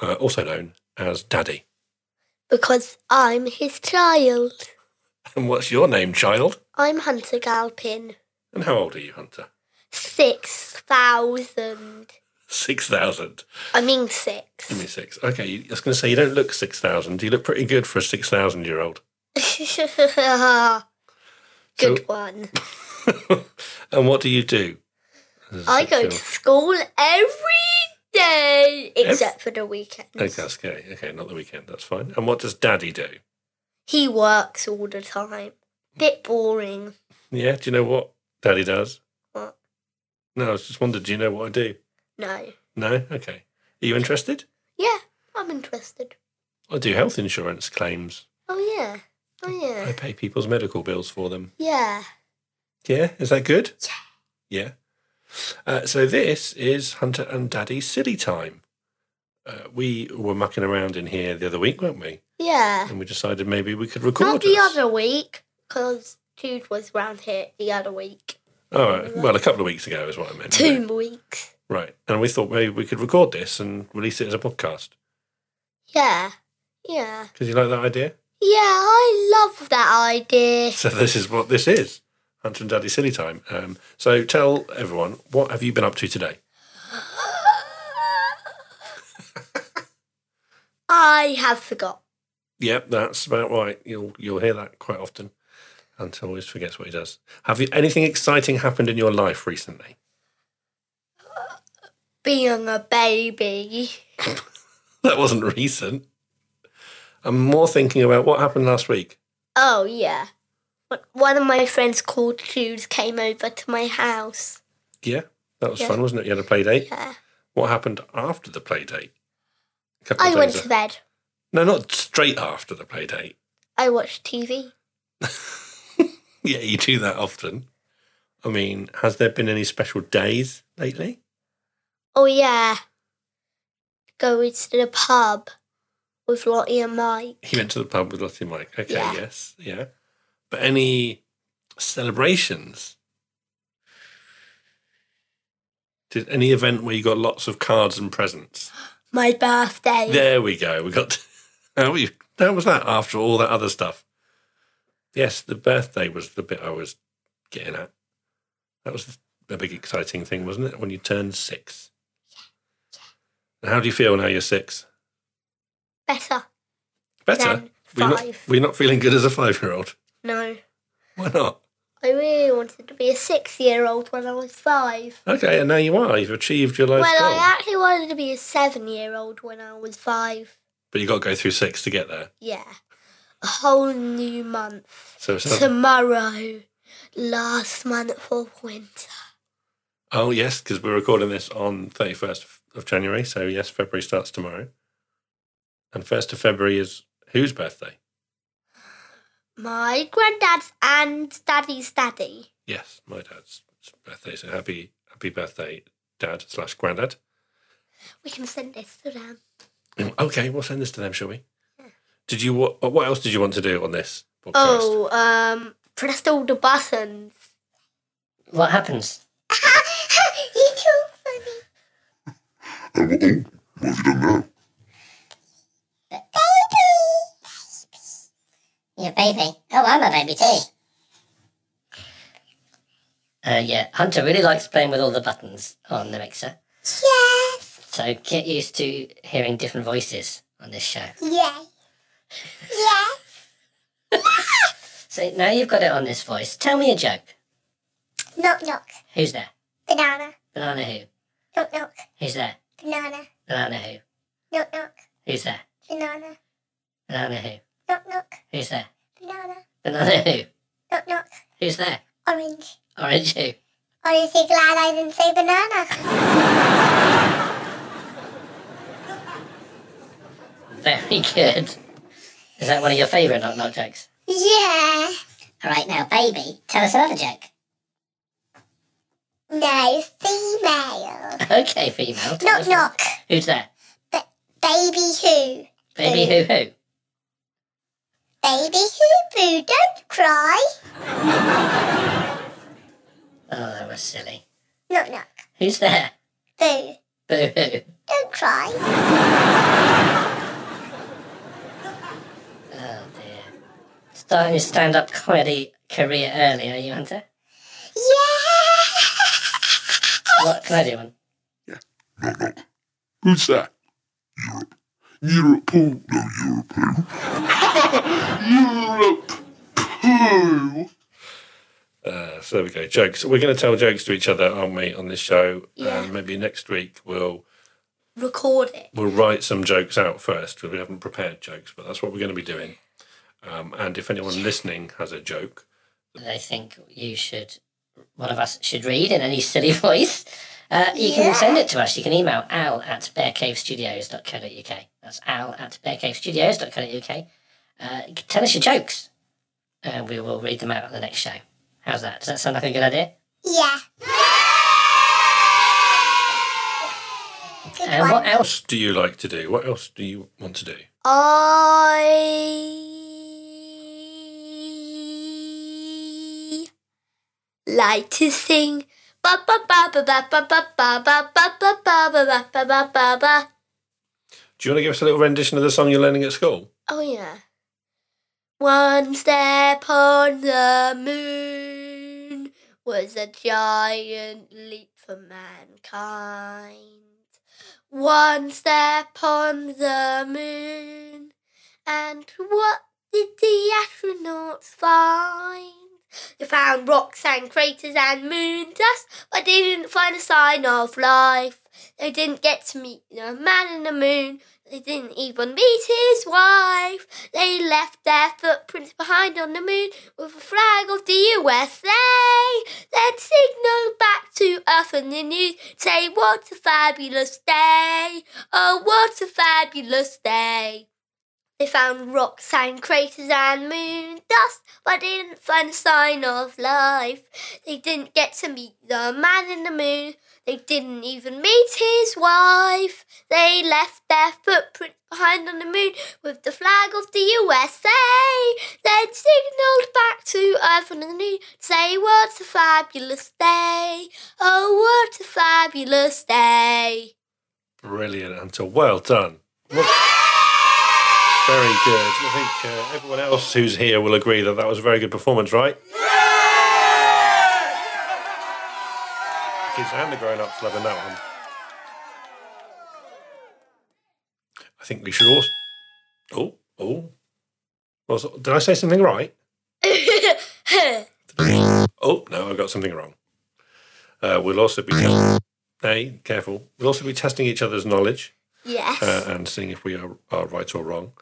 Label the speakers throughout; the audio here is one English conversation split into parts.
Speaker 1: uh, also known as Daddy.
Speaker 2: because I'm his child.
Speaker 1: And what's your name, child?
Speaker 2: I'm Hunter Galpin.
Speaker 1: And how old are you, Hunter?
Speaker 2: Six thousand.
Speaker 1: 6,000.
Speaker 2: I mean six.
Speaker 1: Give me six. Okay, you- I was going to say, you don't look 6,000. You look pretty good for a 6,000 year old.
Speaker 2: Good
Speaker 1: So-
Speaker 2: one.
Speaker 1: and what do you do?
Speaker 2: I go to school every day
Speaker 1: Ev-
Speaker 2: except for the weekends.
Speaker 1: Okay, Oh, that's okay. Okay, not the weekend. That's fine. And what does Daddy do?
Speaker 2: He works all the time. Bit boring.
Speaker 1: Yeah, do you know what Daddy does?
Speaker 2: What?
Speaker 1: No, I was just wondered, do you know what I do?
Speaker 2: No.
Speaker 1: No? Okay. Are you interested?
Speaker 2: Yeah, I'm interested.
Speaker 1: I do health insurance claims.
Speaker 2: Oh yeah. Oh
Speaker 1: I
Speaker 2: yeah.
Speaker 1: pay people's medical bills for them.
Speaker 2: Yeah.
Speaker 1: Yeah, is that good? Yeah. Uh, so this is Hunter and Daddy's silly time. Uh, we were mucking around in here the other week, weren't we?
Speaker 2: Yeah.
Speaker 1: And we decided maybe we could record.
Speaker 2: Not the
Speaker 1: us.
Speaker 2: other week, because Jude was round here the other week.
Speaker 1: All right. Well, a couple of weeks ago is what I meant.
Speaker 2: Two weeks.
Speaker 1: Right. And we thought maybe we could record this and release it as a podcast.
Speaker 2: Yeah. Yeah.
Speaker 1: Because you like that idea?
Speaker 2: Yeah, I love that idea.
Speaker 1: So this is what this is. Hunter and Daddy Silly Time. Um, so tell everyone, what have you been up to today?
Speaker 2: I have forgot.
Speaker 1: Yep, that's about right. You'll you'll hear that quite often. Hunter always forgets what he does. Have you anything exciting happened in your life recently?
Speaker 2: Being a baby.
Speaker 1: That wasn't recent. I'm more thinking about what happened last week.
Speaker 2: Oh, yeah. But One of my friends called Jude came over to my house.
Speaker 1: Yeah, that was
Speaker 2: Yeah.
Speaker 1: fun, wasn't it? You had a play date.
Speaker 2: Yeah.
Speaker 1: What happened after the play date? A couple of
Speaker 2: I went
Speaker 1: days-
Speaker 2: to bed.
Speaker 1: No, not straight after the play date.
Speaker 2: I watched TV.
Speaker 1: Yeah, you do that often. I mean, has there been any special days lately?
Speaker 2: Oh, yeah. Going to the pub with Lottie and Mike.
Speaker 1: He went to the pub with Lottie and Mike. Okay,
Speaker 2: Yeah.
Speaker 1: yes, yeah. But any celebrations? Did any event where you got lots of cards and presents?
Speaker 2: My birthday.
Speaker 1: There we go. We got. How, were you, how was that after all that other stuff? Yes, the birthday was the bit I was getting at. That was a big exciting thing, wasn't it? When you turned six. And How do you feel now you're six?
Speaker 2: Better.
Speaker 1: Better.
Speaker 2: Than
Speaker 1: We're not,
Speaker 2: five.
Speaker 1: we're not feeling good as a five year old.
Speaker 2: No.
Speaker 1: Why not?
Speaker 2: I really wanted to be a six year old when I was five.
Speaker 1: Okay, and now you are. You've achieved your life
Speaker 2: well,
Speaker 1: goal.
Speaker 2: I actually wanted to be a seven year old when I was five.
Speaker 1: But you've got to go through six to get there.
Speaker 2: Yeah. A whole new month.
Speaker 1: So it's not-
Speaker 2: Tomorrow. Last month of winter.
Speaker 1: Oh, yes, because we're recording this on 31st of January. So, yes, February starts tomorrow. And 1st of February is whose birthday?
Speaker 2: My granddad's and daddy's daddy.
Speaker 1: Yes, my dad's birthday. So, happy, happy birthday, dad slash granddad.
Speaker 2: We can send this to them.
Speaker 1: Okay, we'll send this to them, shall we? Did you, what, what else did you want to do on this podcast?
Speaker 2: Oh, um, press all the buttons.
Speaker 3: What happens?
Speaker 2: You're too funny.
Speaker 4: Oh, what, oh, what have you done now?
Speaker 3: You're a baby. Oh, I'm a baby too. Uh, yeah, Hunter really likes playing with all the buttons on the mixer.
Speaker 2: Yes.
Speaker 3: So get used to hearing different voices on this show.
Speaker 2: Yes. Yes.
Speaker 3: So now you've got it on this voice. Tell me a joke.
Speaker 2: Knock knock.
Speaker 3: Who's there?
Speaker 2: Banana.
Speaker 3: Banana who?
Speaker 2: Knock knock.
Speaker 3: Who's there?
Speaker 2: Banana.
Speaker 3: Banana who?
Speaker 2: Knock knock.
Speaker 3: Who's there?
Speaker 2: Banana.
Speaker 3: Banana who?
Speaker 2: Knock knock.
Speaker 3: Who's there?
Speaker 2: Banana.
Speaker 3: Banana who?
Speaker 2: Knock knock.
Speaker 3: Who's there?
Speaker 2: Orange.
Speaker 3: Orange who?
Speaker 2: Honestly, glad I didn't say banana.
Speaker 3: Very good. Is that one of your favourite knock knock jokes?
Speaker 2: Yeah.
Speaker 3: All right, now, baby, tell us another joke.
Speaker 2: No, female.
Speaker 3: Okay, female. tell
Speaker 2: Knock
Speaker 3: us one.
Speaker 2: knock.
Speaker 3: Who's there?
Speaker 2: Baby who?
Speaker 3: Baby who who?
Speaker 2: Baby who boo, don't cry.
Speaker 3: Oh, that was silly.
Speaker 2: Knock knock.
Speaker 3: Who's there?
Speaker 2: Boo,
Speaker 3: Boo hoo.
Speaker 2: don't cry.
Speaker 3: start your stand up comedy career earlier, you Hunter? Yeah! What can I do one?
Speaker 4: Knock, knock. Who's that? Europe. Europe. No, Europe. Europe. Poo.
Speaker 1: Uh, so there we go. Jokes. We're going to tell jokes to each other, aren't we, on this show?
Speaker 2: Yeah.
Speaker 1: And maybe next week we'll
Speaker 2: Record it.
Speaker 1: we'll write some jokes out first because we haven't prepared jokes, but that's what we're going to be doing. Um, and if anyone listening has a joke,
Speaker 3: They think you should, one of us should read in any silly voice. Uh, you can send it to us. You can email al at bearcavestudios.co.uk. That's al at bearcavestudios.co.uk. Uh, you can tell us your jokes, and we will read them out on the next show. How's that? Does that sound like a good idea?
Speaker 5: Yeah. Good
Speaker 3: And
Speaker 5: one.
Speaker 3: what else?
Speaker 1: what do you like to do? What else do you want to do?
Speaker 2: I like to sing. Ba ba ba ba ba ba ba ba ba ba ba ba ba ba ba ba ba ba.
Speaker 1: Do you want to give us a little rendition of the song you're learning at school?
Speaker 2: Oh yeah. One step on the moon was a giant leap for mankind. One step on the moon, and what did the astronauts find? They found rocks and craters and moon dust, but they didn't find a sign of life. They didn't get to meet the man in the moon. They didn't even meet his wife. They left their footprints behind on the moon with a flag of the USA. Then signal back to Earth and the news say, What a fabulous day! Oh, what a fabulous day! They found rocks and craters and moon dust, but they didn't find a sign of life. They didn't get to meet the man in the moon. They didn't even meet his wife. They left their footprint behind on the moon with the flag of the USA. Then signalled back to Earth and the moon to say, What a fabulous day! Oh, what a fabulous day!
Speaker 1: Brilliant, Hunter. Well done. Well- Very good. I think uh, everyone else who's here will agree that that was a very good performance, right? Kids and the grown-ups loving that one. I think we should also. Oh, oh. Was- Did I say something right? Oh no, I got something wrong. Uh, we'll also be. Hey, careful. We'll also be testing each other's knowledge
Speaker 2: yes.
Speaker 1: uh, and seeing if we are, are right or wrong.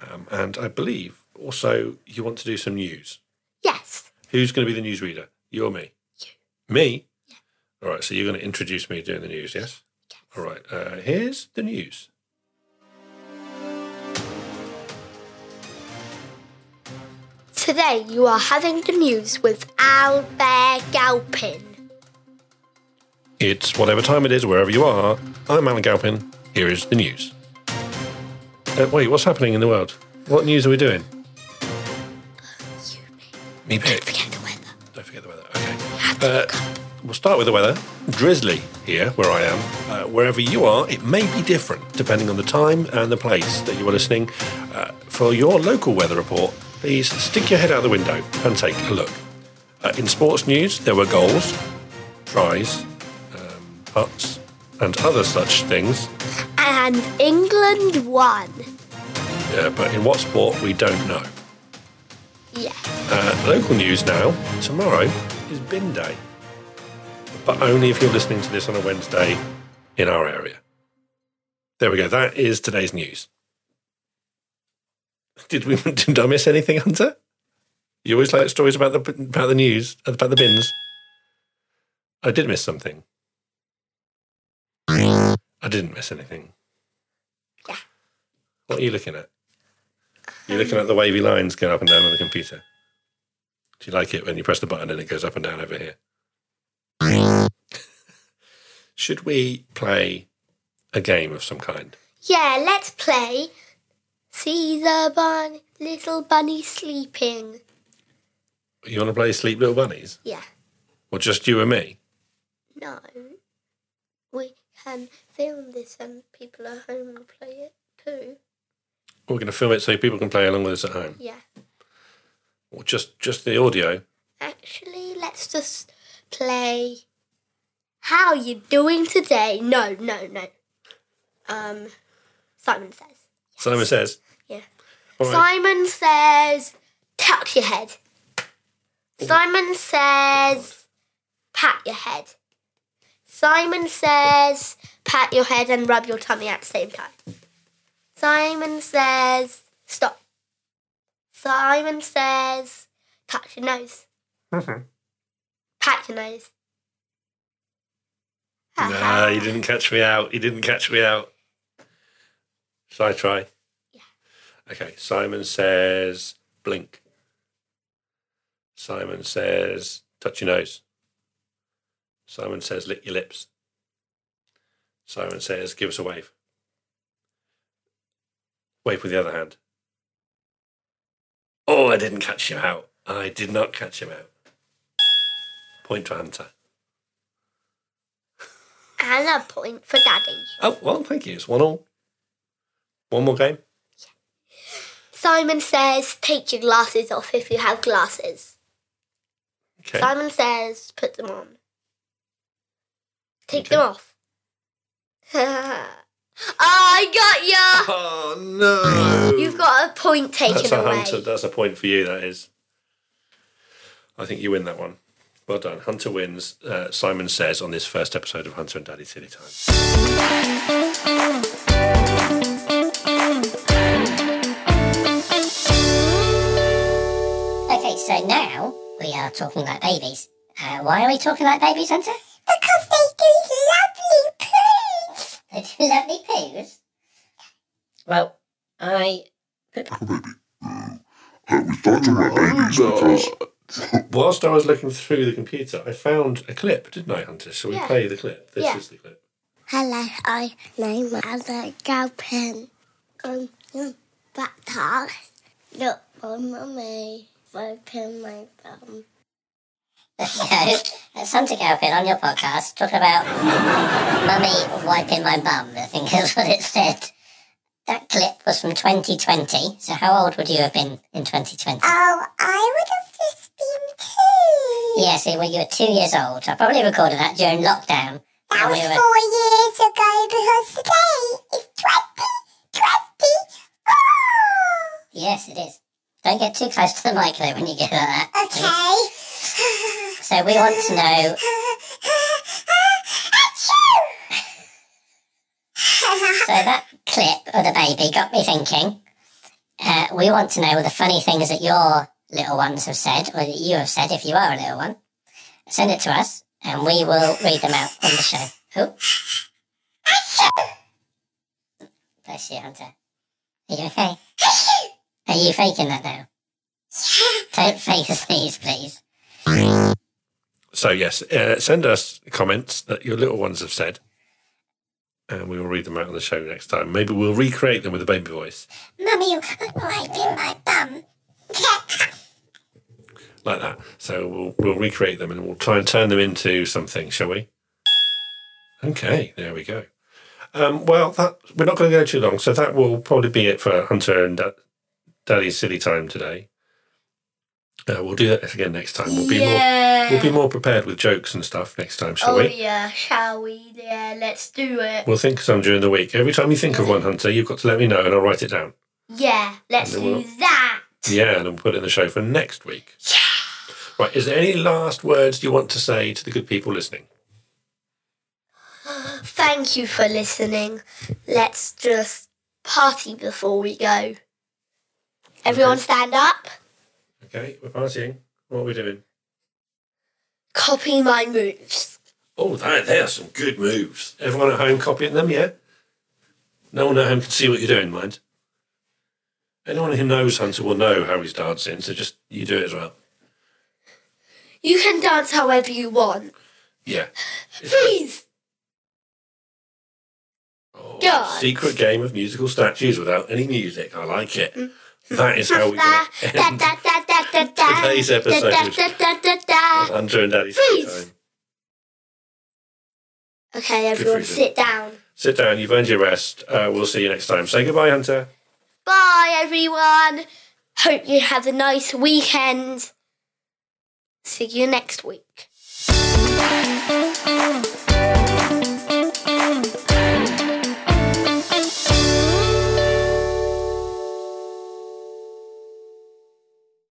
Speaker 1: Um, and I believe also you want to do some news.
Speaker 2: yes.
Speaker 1: Who's going to be the newsreader? You or me? Me? All right, so you're going to introduce me doing the news, yes? All right, uh, here's the news.
Speaker 2: Today you are having the news with Albert Galpin.
Speaker 1: It's whatever time it is, wherever you are. I'm Alan Galpin. Here is the news. Uh, wait, what's happening in the world? What news are we doing?
Speaker 2: You
Speaker 1: Me pick.
Speaker 2: forget the weather.
Speaker 1: Don't forget the weather. Okay. Uh, we'll start with the weather. Drizzly here, where I am. Uh, wherever you are, it may be different depending on the time and the place that you are listening. Uh, for your local weather report, please stick your head out the window and take a look. Uh, in sports news, there were goals, tries, um, putts, and other such things.
Speaker 2: And England won.
Speaker 1: Uh, but in what sport, we don't know.
Speaker 2: Yes.
Speaker 1: Uh, local news now. Tomorrow is bin day, but only if you're listening to this on a Wednesday in our area. There we go. That is today's news. Did we? Did I miss anything, Hunter? You always like stories about the about the news about the bins. I did miss something. I didn't miss anything.
Speaker 2: Yeah.
Speaker 1: What are you looking at? You're looking at the wavy lines going up and down on the computer. Do you like it when you press the button and it goes up and down over here? Should we play a game of some kind?
Speaker 2: Yeah, let's play. See the bun, little bunny sleeping.
Speaker 1: You want to play Sleep Little Bunnies?
Speaker 2: Yeah.
Speaker 1: Or just you and me?
Speaker 2: No. We can film this and people at home and play it too.
Speaker 1: We're going to film it so people can play along with us at home.
Speaker 2: Yeah.
Speaker 1: Or just just the audio?
Speaker 2: Actually, let's just play. How you doing today? No, no, no. Um, Simon says.
Speaker 1: Simon says.
Speaker 2: Yeah.
Speaker 1: All right.
Speaker 2: Simon says, tap your head. Simon says, pat your head. Simon says, pat your head and rub your tummy at the same time. Simon says, stop. Simon says, touch your nose. Pat your nose.
Speaker 1: No, he didn't catch me out. He didn't catch me out. Shall I try?
Speaker 2: Yeah.
Speaker 1: Okay. Simon says blink. Simon says touch your nose. Simon says lick your lips. Simon says give us a wave. Wave with the other hand. Oh, I didn't catch him out. I did not catch him out. Point to Hunter.
Speaker 2: And a point for Daddy.
Speaker 1: Oh, well, thank you. It's one all. One more game.
Speaker 2: Simon says, take your glasses off if you have glasses.
Speaker 1: Okay.
Speaker 2: Simon says, put them on. Take
Speaker 1: Okay.
Speaker 2: them off. Oh, I got
Speaker 1: Oh, no.
Speaker 2: ya! You've got a point taken
Speaker 1: That's a
Speaker 2: away.
Speaker 1: hunter. That's a point for you, that is. I think you win that one. Well done. Hunter wins, uh, Simon says, on this first episode of Hunter and Daddy Silly Time.
Speaker 5: Okay, so now we are talking like babies. Uh, why are we talking like babies, Hunter? Because they do lovely poos. They do lovely poos.
Speaker 3: Well, I
Speaker 4: I was talking about babies because
Speaker 1: Whilst I was looking through the computer, I found a clip, didn't I, Hunter? Shall we
Speaker 2: Yeah.
Speaker 1: play the clip? This
Speaker 2: Yeah.
Speaker 1: is the clip.
Speaker 6: Hello, I name as a Galpin. I'm um, baptized. Look on mummy, wiping my bum.
Speaker 5: There you go. Hunter Galpin on your podcast talking about mummy wiping my bum. I think that's what it said. That clip was from 2020. So how old would you have been in 2020?
Speaker 6: Oh, I would have just been two.
Speaker 5: Yeah, so when you were two years old, I probably recorded that during lockdown.
Speaker 6: That
Speaker 5: when
Speaker 6: was
Speaker 5: we were-
Speaker 6: four years ago because today is 2024.
Speaker 5: Yes, it is. Don't get too close to the mic though when you get like that.
Speaker 6: Okay.
Speaker 5: So we want to know. So that clip of the baby got me thinking. Uh, we want to know the funny things that your little ones have said, or that you have said if you are a little one. Send it to us, and we will read them out on the show. Oh. Bless you, Hunter. Are you okay? Are you faking that now? Don't fake a sneeze, please.
Speaker 1: So, yes, uh, send us comments that your little ones have said, and we will read them out on the show next time. Maybe we'll recreate them with a baby voice.
Speaker 6: Mummy, wiping my bum.
Speaker 1: like that. So we'll we'll recreate them and we'll try and turn them into something, shall we? Okay, there we go. Um, well, that we're not going to go too long, so that will probably be it for Hunter and Da- Daddy's silly time today. Uh, we'll do that again next time. We'll be
Speaker 2: yeah.
Speaker 1: more we'll be more prepared with jokes and stuff next time, shall
Speaker 2: oh,
Speaker 1: we?
Speaker 2: yeah, shall we? Yeah, let's do it.
Speaker 1: We'll think of some during the week. Every time you think of one, Hunter, you've got to let me know and I'll write it down.
Speaker 2: Yeah, let's
Speaker 1: And then
Speaker 2: do
Speaker 1: we'll-
Speaker 2: that.
Speaker 1: Yeah, and I'll put it in the show for next week. Right, is there any last words you want to say to the good people listening?
Speaker 2: Thank you for listening. Let's just party before we go. Everyone stand up.
Speaker 1: Okay, we're partying. What are we doing?
Speaker 2: Copy my moves.
Speaker 1: Oh, that, they are some good moves. Everyone at home copying them, yeah? No one at home can see what you're doing, mind. Anyone who knows Hunter will know how he's dancing, so just you do it as well.
Speaker 2: You can dance however you want.
Speaker 1: Yeah.
Speaker 2: Please.
Speaker 1: Oh,
Speaker 2: God.
Speaker 1: secret game of musical statues without any music. I like it. That is how we're going to
Speaker 2: Mm. Da,
Speaker 1: end
Speaker 2: da, da, da, da, da.
Speaker 1: Today's episode.
Speaker 2: Da, da, da, da, da, da.
Speaker 1: Hunter and Daddy's
Speaker 2: Please.
Speaker 1: time.
Speaker 2: Okay, everyone,
Speaker 1: reason.
Speaker 2: sit down.
Speaker 1: Sit down, you've earned your rest. Uh, we'll see you next time. Say goodbye, Hunter.
Speaker 2: Bye, everyone. Hope you have a nice weekend. See you next week.